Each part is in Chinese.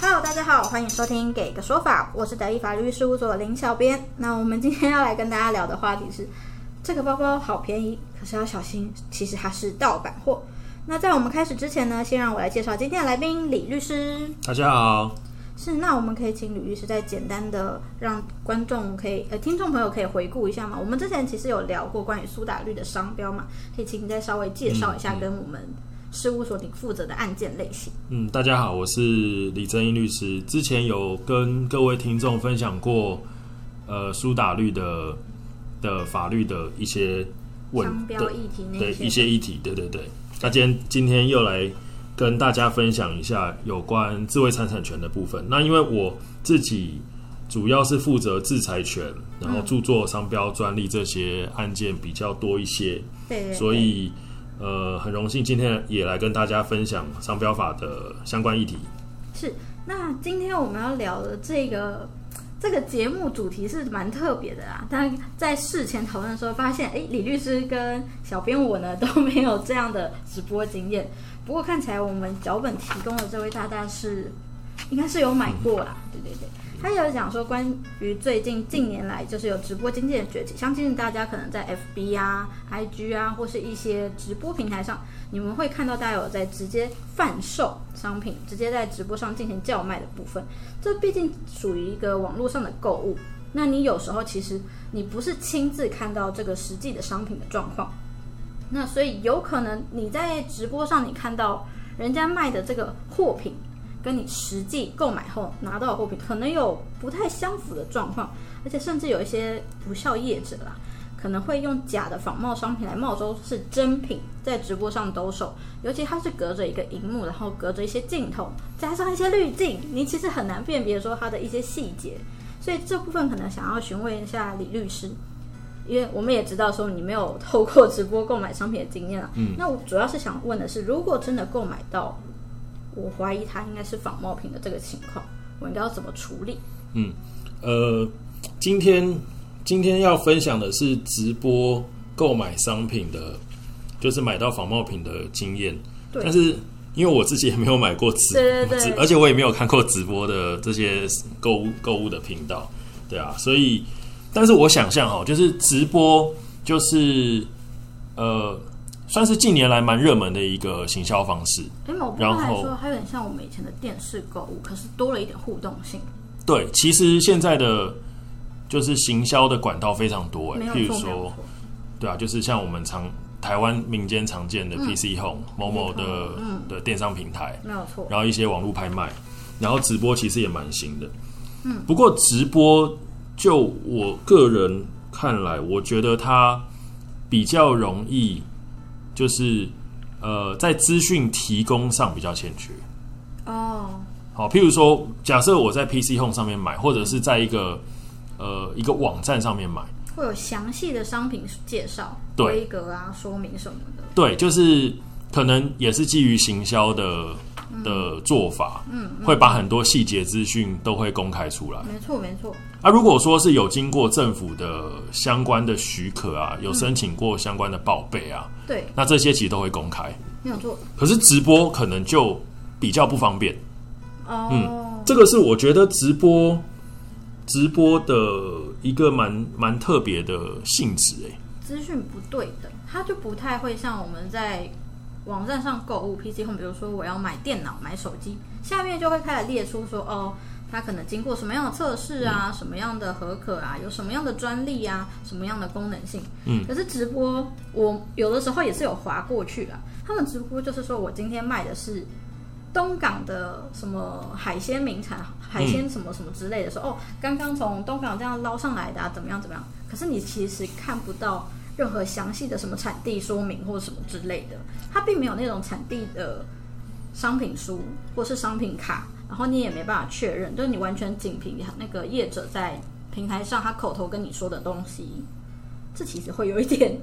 Hello，大家好，欢迎收听《给个说法》，我是德意法律事务所的林小编。那我们今天要来跟大家聊的话题是，这个包包好便宜，可是要小心，其实它是盗版货。那在我们开始之前呢，先让我来介绍今天的来宾李律师。大家好，是，那我们可以请李律师再简单的让观众可以呃听众朋友可以回顾一下嘛？我们之前其实有聊过关于苏打绿的商标嗯嘛，可以请你再稍微介绍一下跟我们事务所你负责的案件类型。嗯，大家好，我是李正英律师。之前有跟各位听众分享过，呃，苏打绿的的法律的一些问商标的议题那的一些议题，对对对。那今天今天又来跟大家分享一下有关智慧财产权的部分。那因为我自己主要是负责制裁权，然后著作、商标、专利这些案件比较多一些。对对对所以呃，很荣幸今天也来跟大家分享商标法的相关议题。是，那今天我们要聊的这个这个节目主题是蛮特别的啦。但在事前讨论的时候，发现哎，诶李律师跟小编我呢都没有这样的直播经验。不过看起来我们脚本提供的这位大大是应该是有买过啦，对对对。他有讲说，关于最近近年来就是有直播经济的崛起，相信大家可能在 FB 啊、IG 啊，或是一些直播平台上，你们会看到大家有在直接贩售商品，直接在直播上进行叫卖的部分。这毕竟属于一个网络上的购物，那你有时候其实你不是亲自看到这个实际的商品的状况，那所以有可能你在直播上你看到人家卖的这个货品，跟你实际购买后拿到的货品可能有不太相符的状况，而且甚至有一些不孝业者啦，可能会用假的仿冒商品来冒充是真品，在直播上兜售。尤其它是隔着一个荧幕，然后隔着一些镜头，加上一些滤镜，你其实很难辨别说它的一些细节。所以这部分可能想要询问一下李律师，因为我们也知道说你没有透过直播购买商品的经验了。嗯，那我主要是想问的是，如果真的购买到，我怀疑它应该是仿冒品的这个情况，我应该要怎么处理？呃，今天今天要分享的是直播购买商品的，就是买到仿冒品的经验。对但是因为我自己也没有买过直，对对对直而且我也没有看过直播的这些购物购物的频道，对啊，所以，但是我想象哈，就是直播就是呃，算是近年来蛮热门的一个行销方式。哎，某部分来然说后，它有点像我们以前的电视购物，可是多了一点互动性。对，其实现在的就是行销的管道非常多、欸，没有譬如错，没有说错，。对啊，就是像我们常台湾民间常见嗯的 PC Home、某某的、的电商平台，没有错。然后一些网络拍卖，然后直播其实也蛮新的。嗯，不过直播就我个人看来，我觉得它比较容易，就是呃，在资讯提供上比较欠缺。哦，好，譬如说，假设我在 PC Home 上面买，或者是在一个呃一个网站上面买，会有详细的商品介绍、对规格啊、说明什么的。对，就是可能也是基于行销的的做法，嗯，会把很多细节资讯都会公开出来。没错，没错。啊，如果说是有经过政府的相关的许可啊，有申请过相关的报备啊，对，那这些其实都会公开。没有错。可是直播可能就比较不方便，哦，这个是我觉得直播直播的一个蛮蛮特别的性质欸诶、资讯不对等，它就不太会像我们在网站上购物 PC Home，比如说我要买电脑、买手机，下面就会开始列出说哦，它可能经过什么样的测试啊，什么样的合可啊，有什么样的专利啊，什么样的功能性。嗯，可是直播我有的时候也是有划过去啊，他们直播就是说我今天卖的是。东港的什么海鲜名产、海鲜什么什么之类的，说哦，刚刚从东港这样捞上来的、啊，怎么样怎么样？可是你其实看不到任何详细的什么产地说明或者什么之类的，它并没有那种产地的商品书或是商品卡，然后你也没办法确认，就是你完全仅凭那个业者在平台上他口头跟你说的东西，这其实会有一点，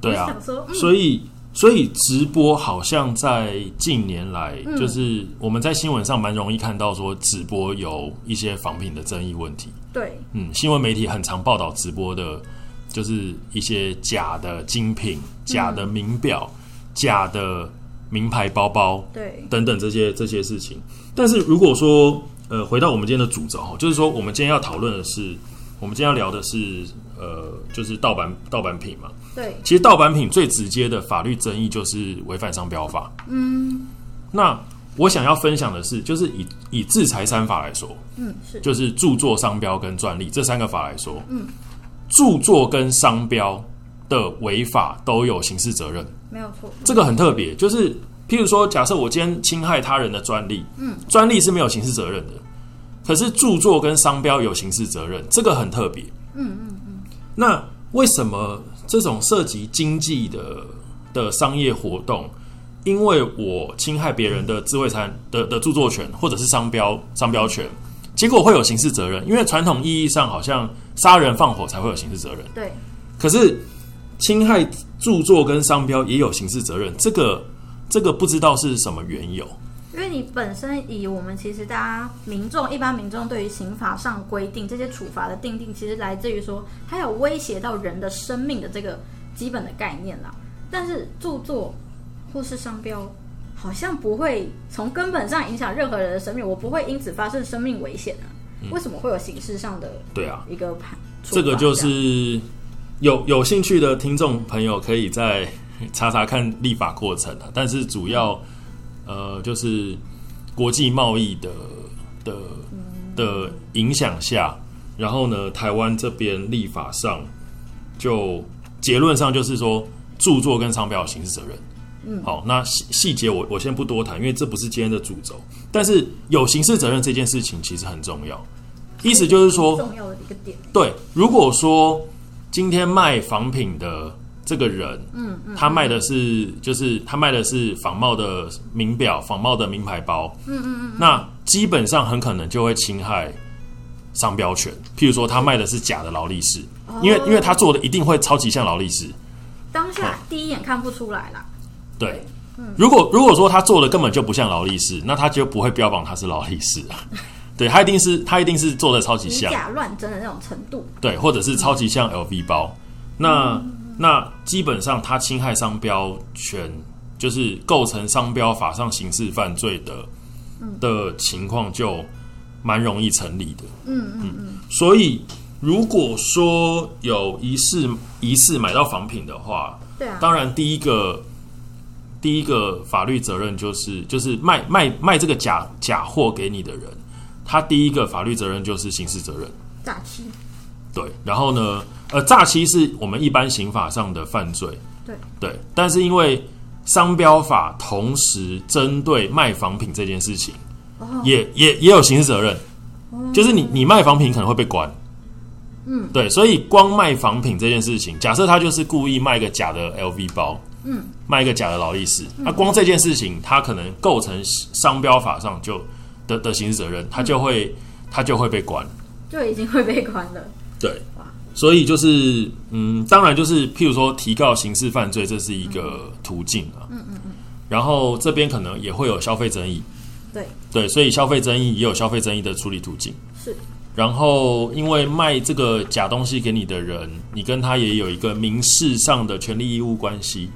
对啊我想说，嗯所以所以直播好像在近年来，嗯就是我们在新闻上蛮容易看到说直播有一些仿品的争议问题。对，嗯，新闻媒体很常报道直播的，就是一些假的精品、嗯假的名表、假的名牌包包对，等等这些这些事情。但是如果说呃，回到我们今天的主轴哦，就是说我们今天要讨论的是，我们今天要聊的是呃，就是盗版盗版品嘛。对，其实盗版品最直接的法律争议就是违反商标法。嗯那我想要分享的是，就是以以制裁三法来说，嗯，是，就是著作、商标跟专利这三个法来说，嗯，著作跟商标的违法都有刑事责任，没有错，这个很特别。就是譬如说，假设我今天侵害他人的专利，嗯，专利是没有刑事责任的，可是著作跟商标有刑事责任，这个很特别。嗯嗯，那为什么这种涉及经济的的商业活动，因为我侵害别人的智慧产的的著作权或者是商标商标权，结果会有刑事责任？因为传统意义上好像杀人放火才会有刑事责任，对，可是侵害著作跟商标也有刑事责任，这个这个不知道是什么缘由。因为你本身以我们其实大家民众一般民众对于刑法上规定这些处罚的定定，其实来自于说它有威胁到人的生命的这个基本的概念啦。但是著作或是商标好像不会从根本上影响任何人的生命，我不会因此发生生命危险啊。为什么会有形式上的嗯对啊，一个判？这个就处罚样是有有兴趣的听众朋友可以再查查看立法过程啊，但是主要呃就是国际贸易的的嗯的影响下，然后呢，台湾这边立法上就结论上就是说著作跟商标有刑事责任。嗯，好，那细细节我我先不多谈，因为这不是今天的主轴。但是有刑事责任这件事情其实很重要，意思就是说，重要的一个点，对，如果说今天卖仿品的这个人，嗯，他卖的是就是他卖的是仿冒的名表、仿冒的名牌包，嗯嗯嗯，那基本上很可能就会侵害商标权。譬如说，他卖的是假的劳力士，因为因为他做的一定会超级像劳力士，当下第一眼看不出来啦。对。如果如果说他做的根本就不像劳力士，那他就不会标榜他是劳力 士啊。对他一定是他一定是做的超级以像，假乱真的那种程度，对，或者是超级像 LV 包，那那基本上它侵害商标权，就是构成商标法上刑事犯罪的的情况，就蛮容易成立的。嗯嗯嗯。所以，如果说有疑似疑似买到仿品的话，对啊，当然第一个。第一个法律责任就是就是卖卖卖这个假假货给你的人，他第一个法律责任就是刑事责任。诈欺，对，然后呢，呃，诈欺是我们一般刑法上的犯罪，对对，但是因为商标法同时针对卖仿品这件事情，哦也也也有刑事责任，就是你你卖仿品可能会被关，嗯，对，所以光卖仿品这件事情，假设他就是故意卖个假的 LV 包，嗯，卖一个假的劳力士，那、光这件事情，他可能构成商标法上就的的刑事责任，他就会、他就会被关。就已经会被关了。对哇，所以就是嗯，当然就是譬如说提告刑事犯罪，这是一个途径啊。嗯嗯嗯。然后这边可能也会有消费争议，对，对，所以消费争议也有消费争议的处理途径。是然后，因为卖这个假东西给你的人，你跟他也有一个民事上的权利义务关系，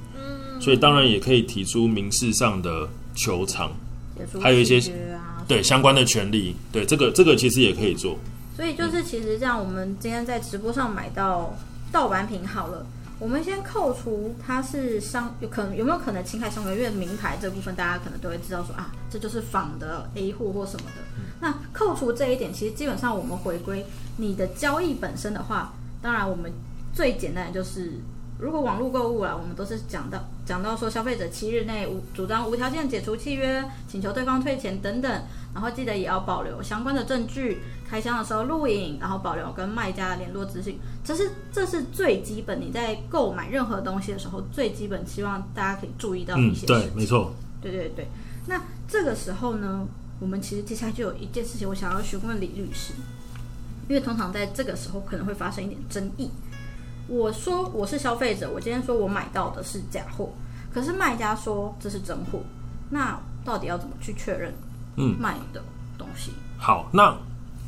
所以当然也可以提出民事上的求偿，解除还有一些契约啊，对相关的权利，对这个这个其实也可以做。所以就是其实这样，我们今天在直播上买到盗版品好了，我们先扣除它是商有可能有没有可能侵害商标，因为名牌这部分大家可能都会知道说啊，这就是仿的 A 货或什么的。那扣除这一点，其实基本上我们回归你的交易本身的话，当然我们最简单的就是。如果网络购物啦，我们都是讲到讲到说消费者七日内无主张无条件解除契约，请求对方退钱等等，然后记得也要保留相关的证据，开箱的时候录影，然后保留跟卖家的联络资讯。这是这是最基本，你在购买任何东西的时候，最基本希望大家可以注意到的嗯一些，事对，没错。对对对。那这个时候呢，我们其实接下来就有一件事情，我想要询问李律师，因为通常在这个时候可能会发生一点争议。我说我是消费者，我今天说我买到的是假货，可是卖家说这是真货，那到底要怎么去确认？嗯，卖的东西。好，那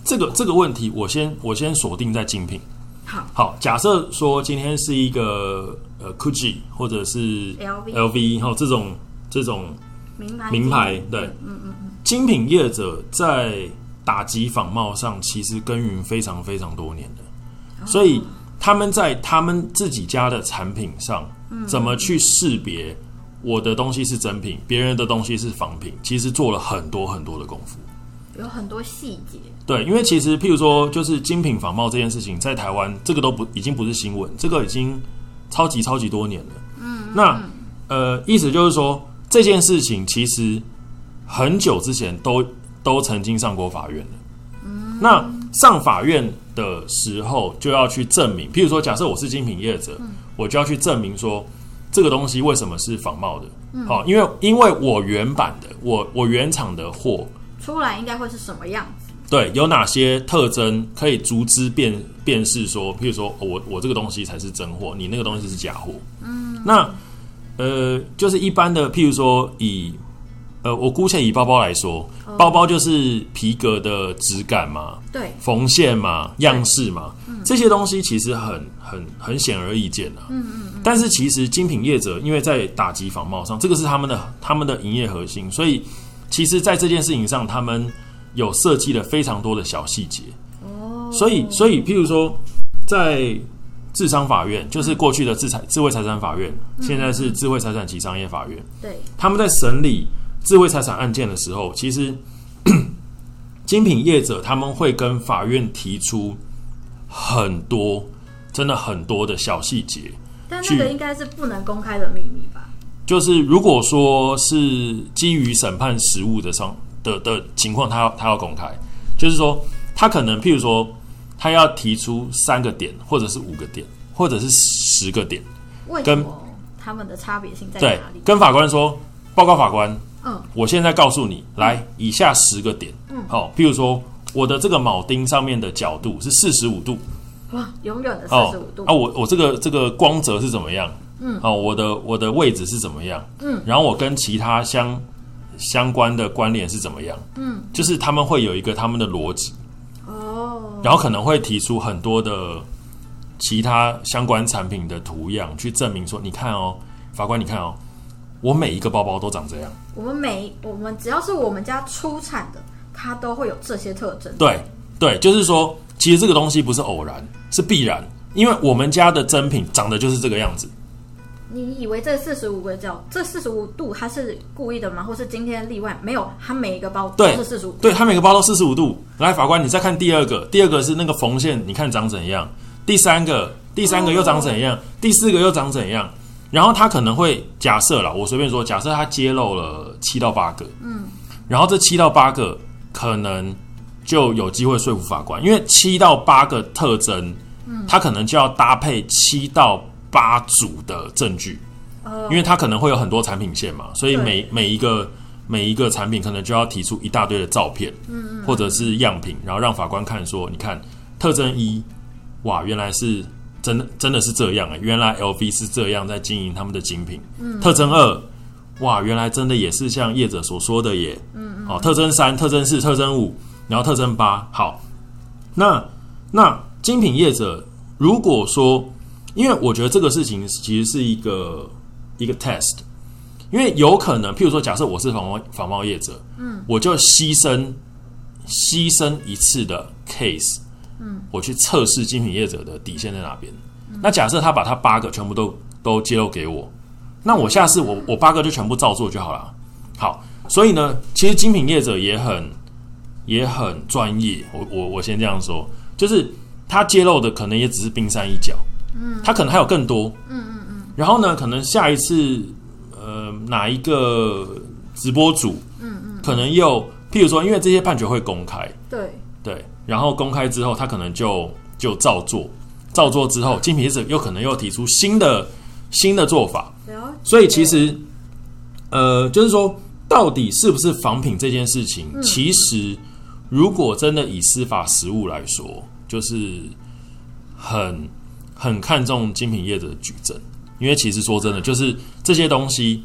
这个这个问题，我先我先锁定在精品。好，好，假设说今天是一个呃 Gucci 或者是 LV LV 哈这种这种名牌名牌精品对，精品业者在打击仿冒上其实耕耘非常非常多年的，所以他们在他们自己家的产品上，怎么去识别我的东西是真品，别人的东西是仿品，其实做了很多很多的功夫。有很多细节。对，因为其实譬如说，就是精品仿冒这件事情，在台湾这个都不已经不是新闻，这个已经超级超级多年了。嗯，那呃，意思就是说，这件事情其实很久之前都都曾经上过法院了。嗯，那上法院的时候就要去证明，譬如说，假设我是精品业者，我就要去证明说这个东西为什么是仿冒的。好、因为因为我原版的，我我原厂的货。出来应该会是什么样子？对，有哪些特征可以逐之辨辨识说，譬如说、哦我我这个东西才是真货，你那个东西是假货。嗯，那呃，就是一般的，譬如说以呃，我姑且以包包来说，包包就是皮革的质感嘛，对，缝线嘛、样式嘛，这些东西其实很很很显而易见啊。嗯嗯但是其实精品业者因为在打击仿冒上，这个是他们的他们的营业核心，所以其实，在这件事情上，他们有设计了非常多的小细节。哦，所以，所以譬如说，在智商法院，就是过去的智财智慧财产法院，现在是智慧财产及商业法院。对，他们在审理智慧财产案件的时候，其实 精品业者他们会跟法院提出很多，真的很多的小细节。但那去个应该是不能公开的秘密吧？就是如果说是基于审判实务的上的的情况，他要他要公开，就是说他可能譬如说他要提出三个点，或者是五个点，或者是十个点，为什跟么他们的差别性在对哪里，？跟法官说，报告法官，嗯，我现在告诉你，来以下十个点，嗯，好、譬如说我的这个铆钉上面的角度是四十五度，哇，永远的四哦十五度啊，我我这个这个光泽是怎么样？嗯，哦，我的我的位置是怎么样？嗯，然后我跟其他相相关的关联是怎么样？嗯，就是他们会有一个他们的逻辑，哦，然后可能会提出很多的其他相关产品的图样去证明说，你看哦，法官，你看哦，我每一个包包都长这样。我们每我们只要是我们家出产的，它都会有这些特征。对对，就是说，其实这个东西不是偶然，是必然，因为我们家的真品长得就是这个样子。你以为这四十五个角，这四十五度它是故意的吗？或是今天例外？没有，它每一个包都对是四十五。对，它每个包都四十五度。来，法官，你再看第二个，第二个是那个缝线，你看长怎样？第三个，第三个又长怎哦样？第四个又长怎样？然后他可能会假设啦，我随便说，假设他揭露了七到八个，嗯，然后这七到八个可能就有机会说服法官，因为七到八个特征，嗯，他可能就要搭配七到八组的证据，哦因为它可能会有很多产品线嘛，所以对每每一个每一个产品可能就要提出一大堆的照片，嗯或者是样品，然后让法官看说，你看特征一，哇，原来是真的真的是这样哎、原来 LV 是这样在经营他们的精品，嗯，特征二，哇，原来真的也是像业者所说的耶，嗯嗯，哦，特征三、特征四、特征五，然后特征八，好，那那精品业者如果说，因为我觉得这个事情其实是一个一个 test，因为有可能，譬如说，假设我是仿冒仿冒业者，嗯，我就牺牲牺牲一次的 case，嗯，我去测试精品业者的底线在哪边。那假设他把他八个全部都都揭露给我，那我下次我我八个就全部照做就好了。好，所以呢，其实精品业者也很也很专业。我我我先这样说，就是他揭露的可能也只是冰山一角，嗯，他可能还有更多，嗯嗯嗯。然后呢，可能下一次呃哪一个直播主，嗯嗯，可能又譬如说，因为这些判决会公开，对，对，然后公开之后，他可能就就照做，照做之后，精品业者有可能又提出新的新的做法，了解所以其实，呃，就是说，到底是不是仿品这件事情，其实如果真的以司法实务来说，就是很很看重精品业者的举证，因为其实说真的，就是这些东西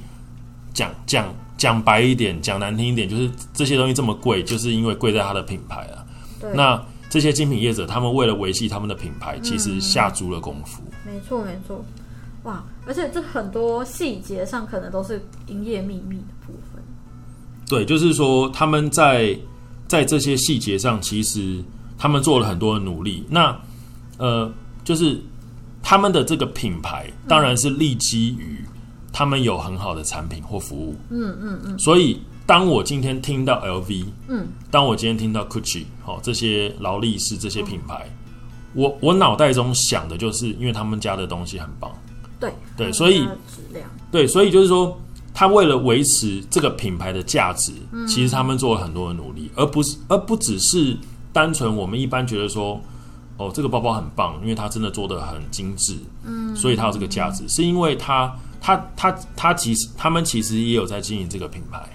讲讲讲白一点，讲难听一点，就是这些东西这么贵，就是因为贵在它的品牌啊。对，那这些精品业者，他们为了维系他们的品牌，其实下足了功夫。没错没错，哇！而且这很多细节上可能都是营业秘密的部分。对，就是说他们在在这些细节上，其实他们做了很多的努力。那呃，就是他们的这个品牌，当然是立基于他们有很好的产品或服务。嗯嗯嗯。所以，当我今天听到 LV，嗯，当我今天听到 Gucci，哦，这些劳力士这些品牌，我我脑袋中想的就是，因为他们家的东西很棒。对对，所以它的质量对，所以就是说，他为了维持这个品牌的价值，其实他们做了很多的努力，而不是而不只是单纯我们一般觉得说，哦，这个包包很棒，因为它真的做的很精致，嗯，所以它有这个价值，是因为它它它它其实他们其实也有在经营这个品牌。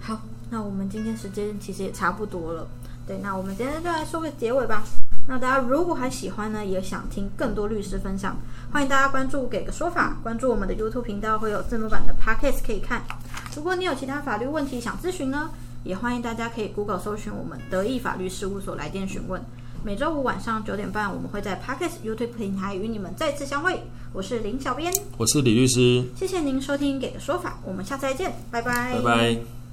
好。那我们今天时间其实也差不多了，对，那我们今天就来说个结尾吧。那大家如果还喜欢呢，也想听更多律师分享，欢迎大家关注“给个说法”，关注我们的 YouTube 频道，会有字幕版的 Podcast 可以看。如果你有其他法律问题想咨询呢，也欢迎大家可以 Google 搜寻我们德意法律事务所来电询问。每周五晚上九点半，我们会在 Podcast YouTube 平台与你们再次相会。我是林小编，我是李律师，谢谢您收听《给个说法》，我们下次再见，拜拜，拜拜